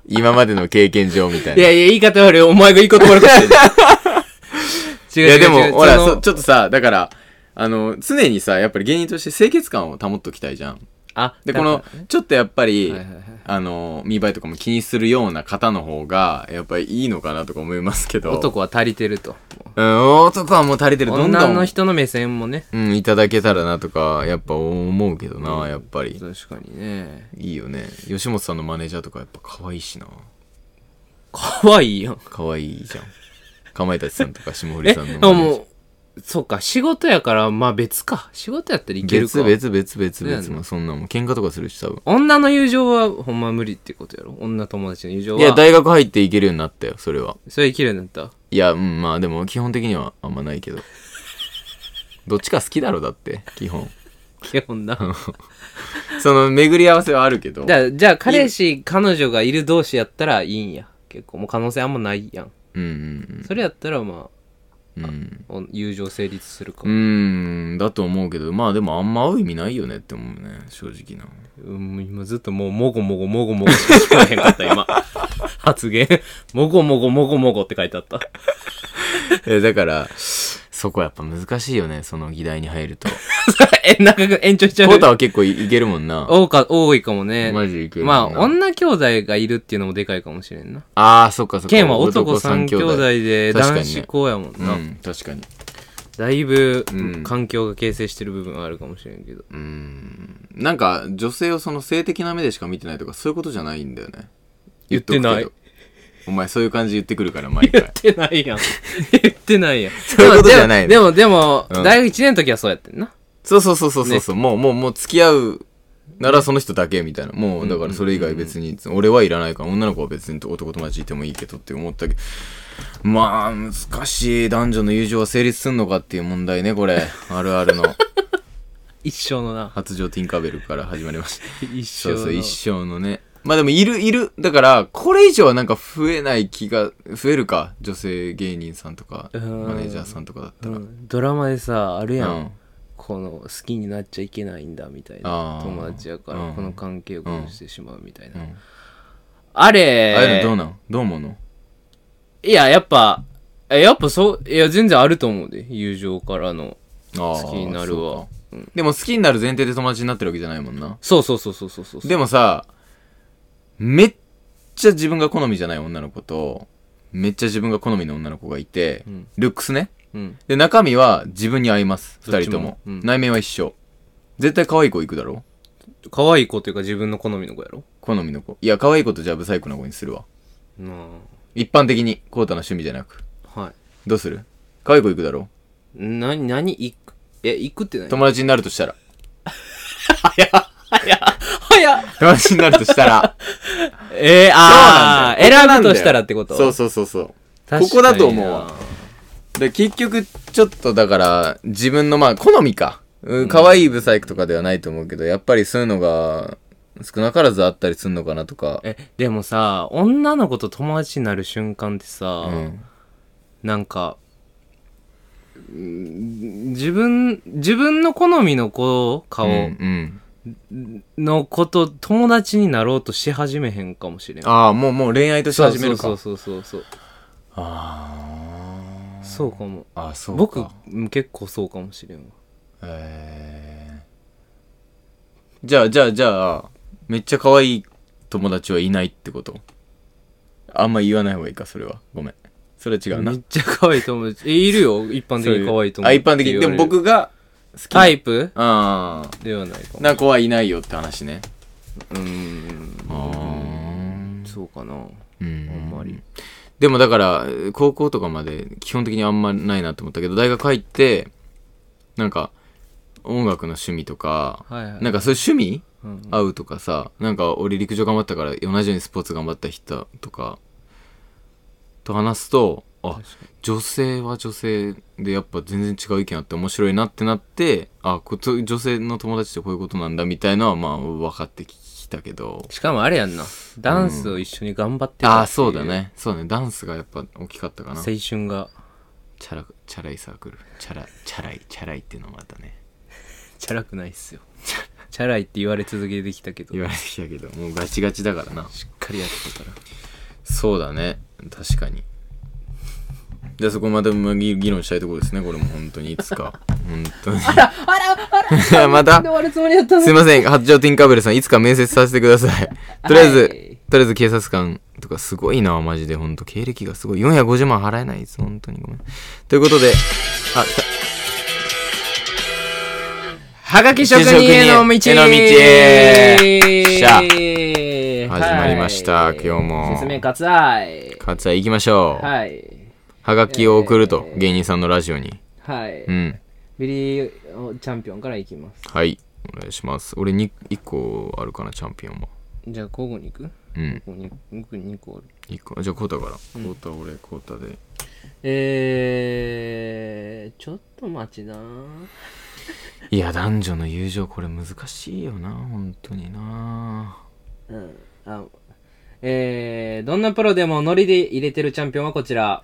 Speaker 2: 今までの経験上みたい
Speaker 1: い
Speaker 2: な。い
Speaker 1: やいや、言い方悪い。お前が言い方悪く てる。違う違う違う。
Speaker 2: や、でも、ほら、
Speaker 1: の
Speaker 2: そちょっとさ、だから、あの、常にさ、やっぱり芸人として清潔感を保っときたいじゃん。
Speaker 1: あ、
Speaker 2: で、
Speaker 1: だ
Speaker 2: こ
Speaker 1: から
Speaker 2: の、ちょっとやっぱり、
Speaker 1: はいはいはい
Speaker 2: あの、見栄えとかも気にするような方の方が、やっぱりいいのかなとか思いますけど。。
Speaker 1: 男は足りてると。
Speaker 2: うん、男はもう足りてる。どんど
Speaker 1: 女の
Speaker 2: ん、
Speaker 1: 人の目線もね。
Speaker 2: うん、いただけたらなとか、やっぱ思うけどな、やっぱり。
Speaker 1: 確かにね。
Speaker 2: いいよね。吉本さんのマネージャーとかやっぱ可愛いしな。
Speaker 1: 可愛いやん。
Speaker 2: 可愛いじゃん。かまいたちさんとか霜降り
Speaker 1: え、
Speaker 2: さんの
Speaker 1: で
Speaker 2: マネージャ
Speaker 1: も
Speaker 2: ー。
Speaker 1: もう、そうか、仕事やから、まあ別か。仕事やったらいけるか。
Speaker 2: 別別別別
Speaker 1: だよね
Speaker 2: 別もうそんなもん喧嘩とかするし多分
Speaker 1: 女の友情は、ほんま無理ってことやろ。女友達の友情は。
Speaker 2: いや大学入っていけるようになったよそれは
Speaker 1: それ生きるようになった。
Speaker 2: いやうんまあでも基本的にはあんまないけどどっちか好きだろだって基本
Speaker 1: 基本な。
Speaker 2: その巡り合わせはあるけど
Speaker 1: じゃあ、じゃあ彼氏、彼女がいる同士やったらいいんや。結構、もう可能性あんまないやん。
Speaker 2: うんうん
Speaker 1: それやったら、ま
Speaker 2: うんうん
Speaker 1: あ、お友情成立するか
Speaker 2: う。ーんだと思うけどまあでもあんま合う意味ないよねって思うね正直な
Speaker 1: うん、今ずっともう、もごもごもごもごしか聞こえへんかった、今。 発言。もごもごもごもごって書いてあった。
Speaker 2: えだからそこやっぱ難しいよね、その議題に入ると。
Speaker 1: え、なんか延長しちゃ
Speaker 2: コ
Speaker 1: う
Speaker 2: ータは結構いいけるもんな。
Speaker 1: 多か多いかもね。
Speaker 2: マジいけるもん
Speaker 1: ま
Speaker 2: な。
Speaker 1: あ、女兄弟がいるっていうのもでかいかもしれんな。
Speaker 2: ああ、そっかそっか。
Speaker 1: ケンは男三兄弟で
Speaker 2: 確かに
Speaker 1: 男
Speaker 2: ね
Speaker 1: 子校やもん
Speaker 2: う
Speaker 1: な。
Speaker 2: ん、確かに。
Speaker 1: だいぶ
Speaker 2: うん
Speaker 1: 環境が形成してる部分はあるかもしれんけど。
Speaker 2: うん。なんか、女性をその性的な目でしか見てないとか、そういうことじゃないんだよね。
Speaker 1: 言ってない
Speaker 2: 言っとくけど。お前、そういう感じ言ってくるから、毎
Speaker 1: 言っ
Speaker 2: 回。
Speaker 1: てないやん。言ってないやん。
Speaker 2: そういうことじゃないの
Speaker 1: でも、でも、で
Speaker 2: う
Speaker 1: も
Speaker 2: ん
Speaker 1: 大学1年の時はそうやってんな。
Speaker 2: そうそうそうそうそうそう、もう、もう、もう、付き合うならその人だけみたいな。もう、だからそれ以外別に、俺はいらないから、女の子は別に男友達いてもいいけどって思ったけど。まあ、難しい。男女の友情は成立すんのかっていう問題ね、これ。あるあ るの。
Speaker 1: 一生のな。
Speaker 2: 発情ティンカーベルから始まりました。
Speaker 1: 一生
Speaker 2: そう
Speaker 1: の。
Speaker 2: そう、一生のね。まあでも、いる、いる。だから、これ以上はなんか増えない気が、増えるか。女性芸人さんとか、
Speaker 1: うん
Speaker 2: マネージャーさんとかだったら。
Speaker 1: うんドラマでさ、あるやん。
Speaker 2: うん
Speaker 1: この好きになっちゃいけないんだみたい
Speaker 2: あ
Speaker 1: な
Speaker 2: ー
Speaker 1: 友達やから、
Speaker 2: うん
Speaker 1: この関係を崩してしまうみたいな、
Speaker 2: うん
Speaker 1: あ
Speaker 2: ああいう
Speaker 1: れ
Speaker 2: のどうなんどう思うの
Speaker 1: いややっぱえやっぱそういや全然あると思うで友情からの
Speaker 2: あー
Speaker 1: 好きになるわ
Speaker 2: そうかでも好きになる前提で友達になってるわけじゃないもんな。
Speaker 1: そうそうそうそうそうそう
Speaker 2: でもさ、めっちゃ自分が好みじゃない女の子と、めっちゃ自分が好みの女の子がいて、
Speaker 1: うん
Speaker 2: ルックスね。
Speaker 1: うん
Speaker 2: で、中身は自分に合います。二人とも。
Speaker 1: どっちもうん
Speaker 2: 内面は一緒。絶対可愛い子行くだろ
Speaker 1: 可愛い子というか自分の好みの子やろ
Speaker 2: 好みの子。いや、可愛い子とじゃあブサイクな子にするわ。
Speaker 1: うん
Speaker 2: 一般的に、コータの趣味じゃなく。
Speaker 1: はい
Speaker 2: どうする可愛い子行くだろ
Speaker 1: な何いくえ行くって何
Speaker 2: 友達になるとしたら。
Speaker 1: 早っ
Speaker 2: 友達になるとし たら。
Speaker 1: えー、ああ
Speaker 2: そうなんだよ
Speaker 1: 選ぶとしたらってこと
Speaker 2: そうそうそうそう。
Speaker 1: 確かにな
Speaker 2: ここだと思うわで結局ちょっとだから自分のまあ好みかうん可愛いブサイクとかではないと思うけど、やっぱりそういうのが少なからずあったりするのかなとか
Speaker 1: えでもさ女の子と友達になる瞬間ってさ、
Speaker 2: うん
Speaker 1: なんか、うん自分、自分の好みの子、
Speaker 2: う
Speaker 1: 顔
Speaker 2: んうん
Speaker 1: の子と友達になろうとし始めへんかもしれん。
Speaker 2: ああもうもう恋愛として
Speaker 1: そう
Speaker 2: 始めるか
Speaker 1: そうそうそうそう。
Speaker 2: ああ
Speaker 1: そうかも。
Speaker 2: あそうか
Speaker 1: 僕、うん結構そうかもしれんわ。
Speaker 2: えーじゃあじゃあじゃあめっちゃ可愛い友達はいないってことあんま言わない方がいいかそれはごめんそれは違うな
Speaker 1: めっちゃ可愛い友達。え、いるよ。一般的に可愛い友達。
Speaker 2: あ一般的にでも、僕が好きな
Speaker 1: タイプ
Speaker 2: ああ
Speaker 1: ではないかも。
Speaker 2: な子はいないよって話ね。
Speaker 1: うん。
Speaker 2: うん。
Speaker 1: そうかな。
Speaker 2: あ
Speaker 1: ん
Speaker 2: ん
Speaker 1: まり。
Speaker 2: でもだから、高校とかまで基本的にあんまないなと思ったけど、大学入って、なんか、音楽の趣味とか、
Speaker 1: はいはい。
Speaker 2: なんかそういう趣味
Speaker 1: うんうん
Speaker 2: 合うとかさ、なんか俺陸上頑張ったから同じようにスポーツ頑張った人とか、と話すと、あ、女性は女性でやっぱ全然違う意見あって面白いなってなって、あ、こ女性の友達ってこういうことなんだみたいのはまあ分かってきたけど、
Speaker 1: しかもあれやんな。ダンスを一緒に頑張ってたってい
Speaker 2: ああそうだ。ねそうねダンスがやっぱ大きかったかな
Speaker 1: 青
Speaker 2: チ
Speaker 1: 春が。
Speaker 2: ャラチャラいサークルチャラチャラいチャラいっていうのもあったね
Speaker 1: チャラくないっ すよ。チャラいって言われ続けてきたけど、し
Speaker 2: 言われてきたけどもうガチガチだからな
Speaker 1: っかりやってたから。
Speaker 2: そうだね確かにじゃあそこまでも議議論したいところですねこれも本当にいつか本当に
Speaker 1: あらあら
Speaker 2: いやまた
Speaker 1: 終わるつもりだった
Speaker 2: すいません八条ティンカーベルさんいつか面接させてくださいとりあえず、
Speaker 1: はい
Speaker 2: とりあえず警察官とかすごいなマジで本当経歴がすごい450万払えないです本当にごめんということであ来た
Speaker 1: はがき職人への道
Speaker 2: への道へしゃ
Speaker 1: 始
Speaker 2: 始まりました今日も
Speaker 1: 説明割愛
Speaker 2: カツア行きましょう。は
Speaker 1: はい。
Speaker 2: がきを送ると、芸人さんのラジオに。
Speaker 1: はい。
Speaker 2: うん。
Speaker 1: ビリーチャンピオンからいきます。
Speaker 2: はい。お願いします。俺に1個あるかな、チャンピオンは。
Speaker 1: じゃあ、交互に行く
Speaker 2: うん。
Speaker 1: ここに僕に2個ある。
Speaker 2: 一個。じゃあ、コータから。コータ、俺、コータで。
Speaker 1: えー、ちょっと待ちな。
Speaker 2: いや、男女の友情、これ難しいよな、本当にな。
Speaker 1: うんあえー、どんなプロでもノリで入れてるチャンピオンはこちら。
Speaker 2: あ、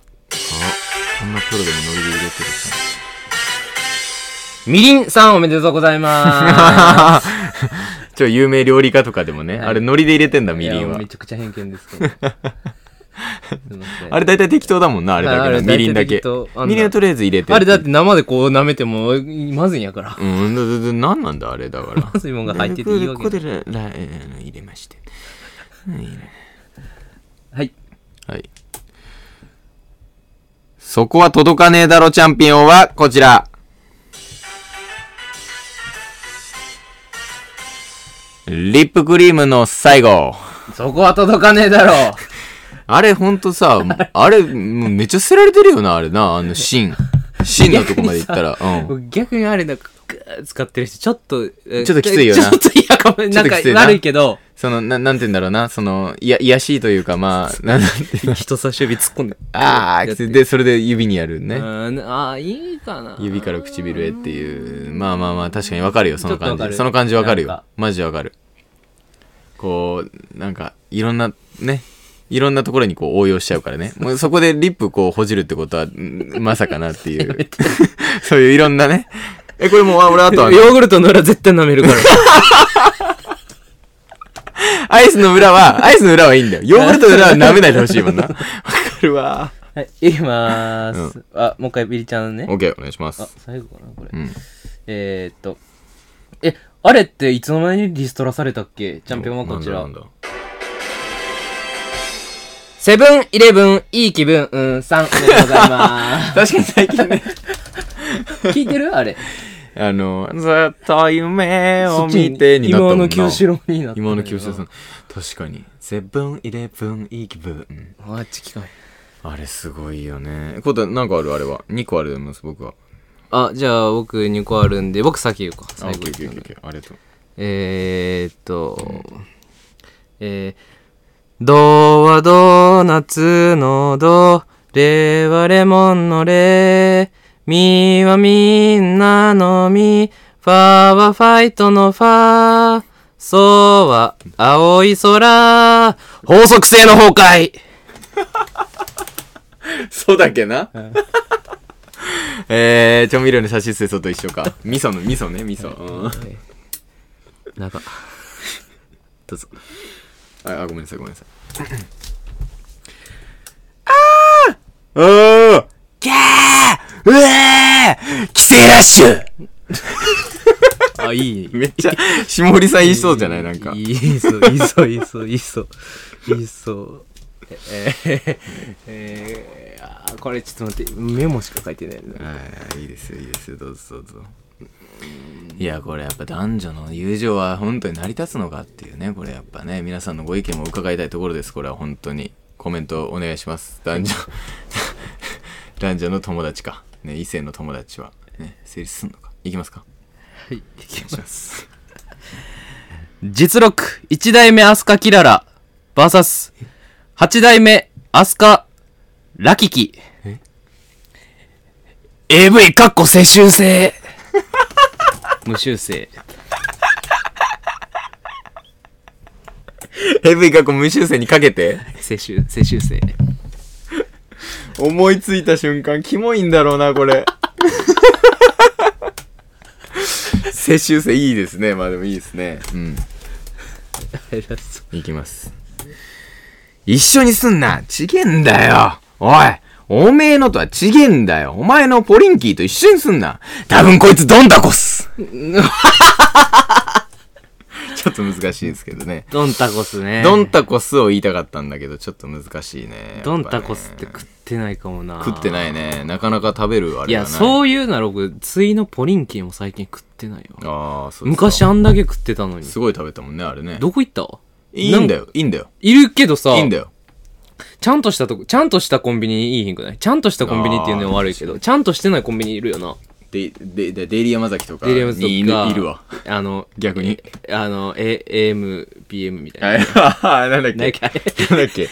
Speaker 2: こんなプロでもノリで入れてる
Speaker 1: みりんさんおめでとうございま
Speaker 2: かちょ、有名料理家とかでもね、あれ、ノリで入れてんだ、
Speaker 1: す。
Speaker 2: みりん
Speaker 1: いや
Speaker 2: は
Speaker 1: め。ちゃくちゃ偏見ですけど。すいません
Speaker 2: あれ大体適当だもんな、あれだ
Speaker 1: あ
Speaker 2: け
Speaker 1: れ
Speaker 2: な。
Speaker 1: 大体
Speaker 2: みりんだけ
Speaker 1: 適当あん。な
Speaker 2: みりんはとりあえず入れて。
Speaker 1: あれだって生でこう舐めてもまずいんやから。
Speaker 2: うん、だだだ何なんだあれだ から。
Speaker 1: まずいもんが入ってていいわ
Speaker 2: ここ
Speaker 1: け。
Speaker 2: でららえー入れまして。うんいいね
Speaker 1: はい。
Speaker 2: はい。そこは届かねえだろチャンピオンはこちら。リップクリームの最後。
Speaker 1: そこは届かねえだろう。
Speaker 2: あれほんとさ、あれ、もうめっちゃ捨てられてるよな、あれな、あの芯。芯のとこまで行ったら。うん。
Speaker 1: 僕逆にあれだ、グー使ってる人、ちょっと、ちょっ
Speaker 2: ちょっときついよな
Speaker 1: ちょっと嫌かも。なん
Speaker 2: ちょっと
Speaker 1: か
Speaker 2: きついな
Speaker 1: 悪いけど、
Speaker 2: その、ななんて言うんだろうな、その、いや、癒やしいというか、まあ、なんなんていうの
Speaker 1: 人差し指突っ込んで。
Speaker 2: あ
Speaker 1: や
Speaker 2: あ、
Speaker 1: って
Speaker 2: で、それで指にやる
Speaker 1: う
Speaker 2: ね。
Speaker 1: んあー、いいかな。
Speaker 2: 指から唇へっていう。まあまあまあ、確かにわかるよ、その
Speaker 1: ちょ
Speaker 2: 感
Speaker 1: っとわか
Speaker 2: じ。
Speaker 1: る
Speaker 2: その感じわかる
Speaker 1: なん
Speaker 2: よ
Speaker 1: か。
Speaker 2: マジわかる。こう、なんか、いろんな、ね。いろんなところにこう応用しちゃうからね。もうそこでリップこうほじるってことは、んまさかなっていう。そういういろんなね。え、これもう、あ俺あとは
Speaker 1: ヨーグルトの裏絶対舐めるから。
Speaker 2: アイスの裏は、アイスの裏はいいんだよ。ヨーグルトの裏は舐めないでほしいもんな。わかるわ。
Speaker 1: はい、いきまーす。あ、もう一回ビリちゃんね。
Speaker 2: オッケー、お願いしま
Speaker 1: あ
Speaker 2: す。、
Speaker 1: 最後かな、これ
Speaker 2: う。ん。
Speaker 1: えーっと。え、あれっていつの間にリストラされたっけチャンピオンはこちら
Speaker 2: なん。だなんだ
Speaker 1: セブンイレブン、いい気分、うん、さん。おめでとうございま
Speaker 2: 確かに最近ね。
Speaker 1: す。 聞いてるあれ。
Speaker 2: あの、ずっと夢
Speaker 1: そ
Speaker 2: を
Speaker 1: っちに
Speaker 2: 見てになったもんな。
Speaker 1: 今の清志郎になったんだよな。
Speaker 2: 今の清志郎さん。確かに。セブンイレブンイーキブン。
Speaker 1: あっち聞かない。
Speaker 2: あれすごいよね。こうだ、なんかあるあれは。2個あると思います、僕は。
Speaker 1: あ、じゃあ僕2個あるんで、僕先言うか。
Speaker 2: あ、
Speaker 1: 最
Speaker 2: オ
Speaker 1: 後
Speaker 2: ッケー
Speaker 1: 言
Speaker 2: オッケーオ
Speaker 1: う
Speaker 2: ッケー。ありがとう。
Speaker 1: えーっと、えー、ドはドーナツのド、レはレモンのレ、ミはみんなのミ、ファはファイトのファ、ソは青い空、法則性の崩壊
Speaker 2: そうだっけな えー、調味料の差し捨てそうと一緒か。味噌の、味噌ね、味噌。うん
Speaker 1: なんか、どうぞ。
Speaker 2: ああ、ごめんなさい、ごめんなさい。 あーおーキャーうえー規制ラッシュ
Speaker 1: あ、いい。
Speaker 2: めっちゃ、下りさん言いそうじゃないなんか。
Speaker 1: いいそう、いいそう、いいそう、いいそう。いいそう。えー、えー、あーこれちょっと待って、メモしか書いてないな。
Speaker 2: いいですよ、いいですよ、どうぞどうぞ。いや、これやっぱ男女の友情は本当に成り立つのかっていうね、これやっぱね、皆さんのご意見も伺いたいところです、これは本当に。コメントお願いします。男女、 男女の友達か。ね、異性の友達は、ね、成立すんのか。いきますか。
Speaker 1: はい、いき
Speaker 2: し
Speaker 1: ま。
Speaker 2: ます
Speaker 1: 実録、一代目アスカキララ、バーサス、八代目アスカ、ラキキ
Speaker 2: え。
Speaker 1: AV かっこ世襲制。無修正。
Speaker 2: AV 過去無修正にかけて
Speaker 1: 世襲、世襲制。
Speaker 2: 思いついた瞬間キモいんだろうなこ れ世襲制いいですねまあでもいいですねうんいきます一緒にすんなちげんだよおいおめえのとはちげんだよお前のポリンキーと一緒にすんな多分こいつドンタコス ちょっと難しいですけどね
Speaker 1: ドンタコスね。
Speaker 2: ドンタコスを言いたかったんだけどちょっと難しいねやっぱね
Speaker 1: ドンタコスって食ってないかもな。。
Speaker 2: 食ってないいねなかなか食べるあ
Speaker 1: い
Speaker 2: れが
Speaker 1: や、
Speaker 2: ない
Speaker 1: そういうなら僕、ついのポリンキーも最近食ってないわ。
Speaker 2: ああそうですか
Speaker 1: 昔あんだけ食ってたのに。
Speaker 2: すごい食べたもんねあれね
Speaker 1: どこ行った
Speaker 2: いいんだ
Speaker 1: よ。
Speaker 2: よいいんだよ
Speaker 1: いるけどさ、
Speaker 2: いいんだよ
Speaker 1: ちゃんとしたとこ、ちゃんとしたコンビニいいひんくないちゃんとしたコンビニっていうのは悪いけど、ちゃんとしてないコンビニいるよな。
Speaker 2: でででデイリー山崎とか
Speaker 1: デリアムズとか。
Speaker 2: にいるいるわ。
Speaker 1: あの、
Speaker 2: 逆に
Speaker 1: あの、A、AM、PM みたいな。
Speaker 2: はいあーなんだっけ
Speaker 1: 何やっけあれ
Speaker 2: なんだっけ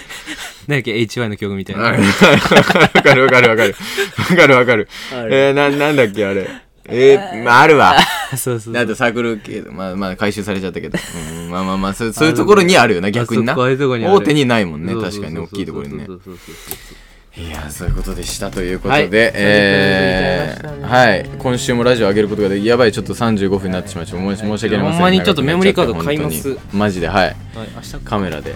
Speaker 1: 何やっけ ?HY の曲みたいな。
Speaker 2: あれわかるわかるわかるわかるわかる
Speaker 1: あれ
Speaker 2: えー、ななんだっけあれえー、まあ、あるわ。
Speaker 1: そうそうそ
Speaker 2: だっ
Speaker 1: う。
Speaker 2: てサークル系、まあまあ回収されちゃったけど。うん、まあまあまあ、そうそういうところにあるよな、逆にな。
Speaker 1: あそこああいうとこにある
Speaker 2: 大手にないもんね、
Speaker 1: そうそう
Speaker 2: 確
Speaker 1: そう
Speaker 2: かにね、大きいところにね
Speaker 1: そ。うそうそうそうそう
Speaker 2: いやーそういうことでしたということで、
Speaker 1: はい
Speaker 2: え
Speaker 1: そういうことでござい
Speaker 2: ー
Speaker 1: ました
Speaker 2: はい今週もラジオ上げることができやばいちょっと35分になってしまいました申し申し訳ありません
Speaker 1: ほんまにちょっとメモリーカード買います
Speaker 2: 長くなっちゃって本当にマジではい
Speaker 1: はい、明日か
Speaker 2: カメラで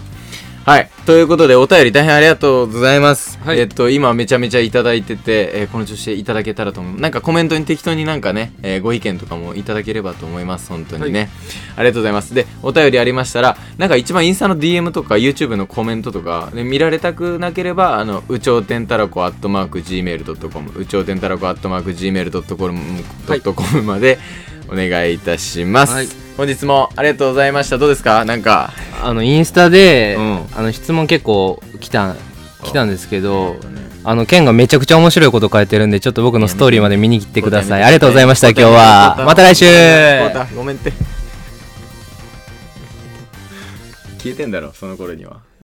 Speaker 2: はい。ということで、お便り大変ありがとうございます。
Speaker 1: はい
Speaker 2: えっと、今めちゃめちゃいただいてて、えーこの調子でいただけたらと思う。なんかコメントに適当になんかね、えーご意見とかもいただければと思います。本当にね、ありがとうございます。で、お便りありましたら、なんか一番インスタの DM とか YouTube のコメントとか、で見られたくなければ、あの、うちょうてんたらこ at mark gmail.com、うちょうてんたらこ at mark gmail.com までお願いいたします。
Speaker 1: はい
Speaker 2: 本日もありがとうございました。どうですかなんか、
Speaker 1: あのインスタで、
Speaker 2: うん
Speaker 1: あの質問結構来た来たんですけど
Speaker 2: えっとね
Speaker 1: あのケンがめちゃくちゃ面白いこと書いてるんでちょっと僕のストーリーまで見に来てくださいありがとうございました今日はまた来週
Speaker 2: ごめんって消えてんだろその頃には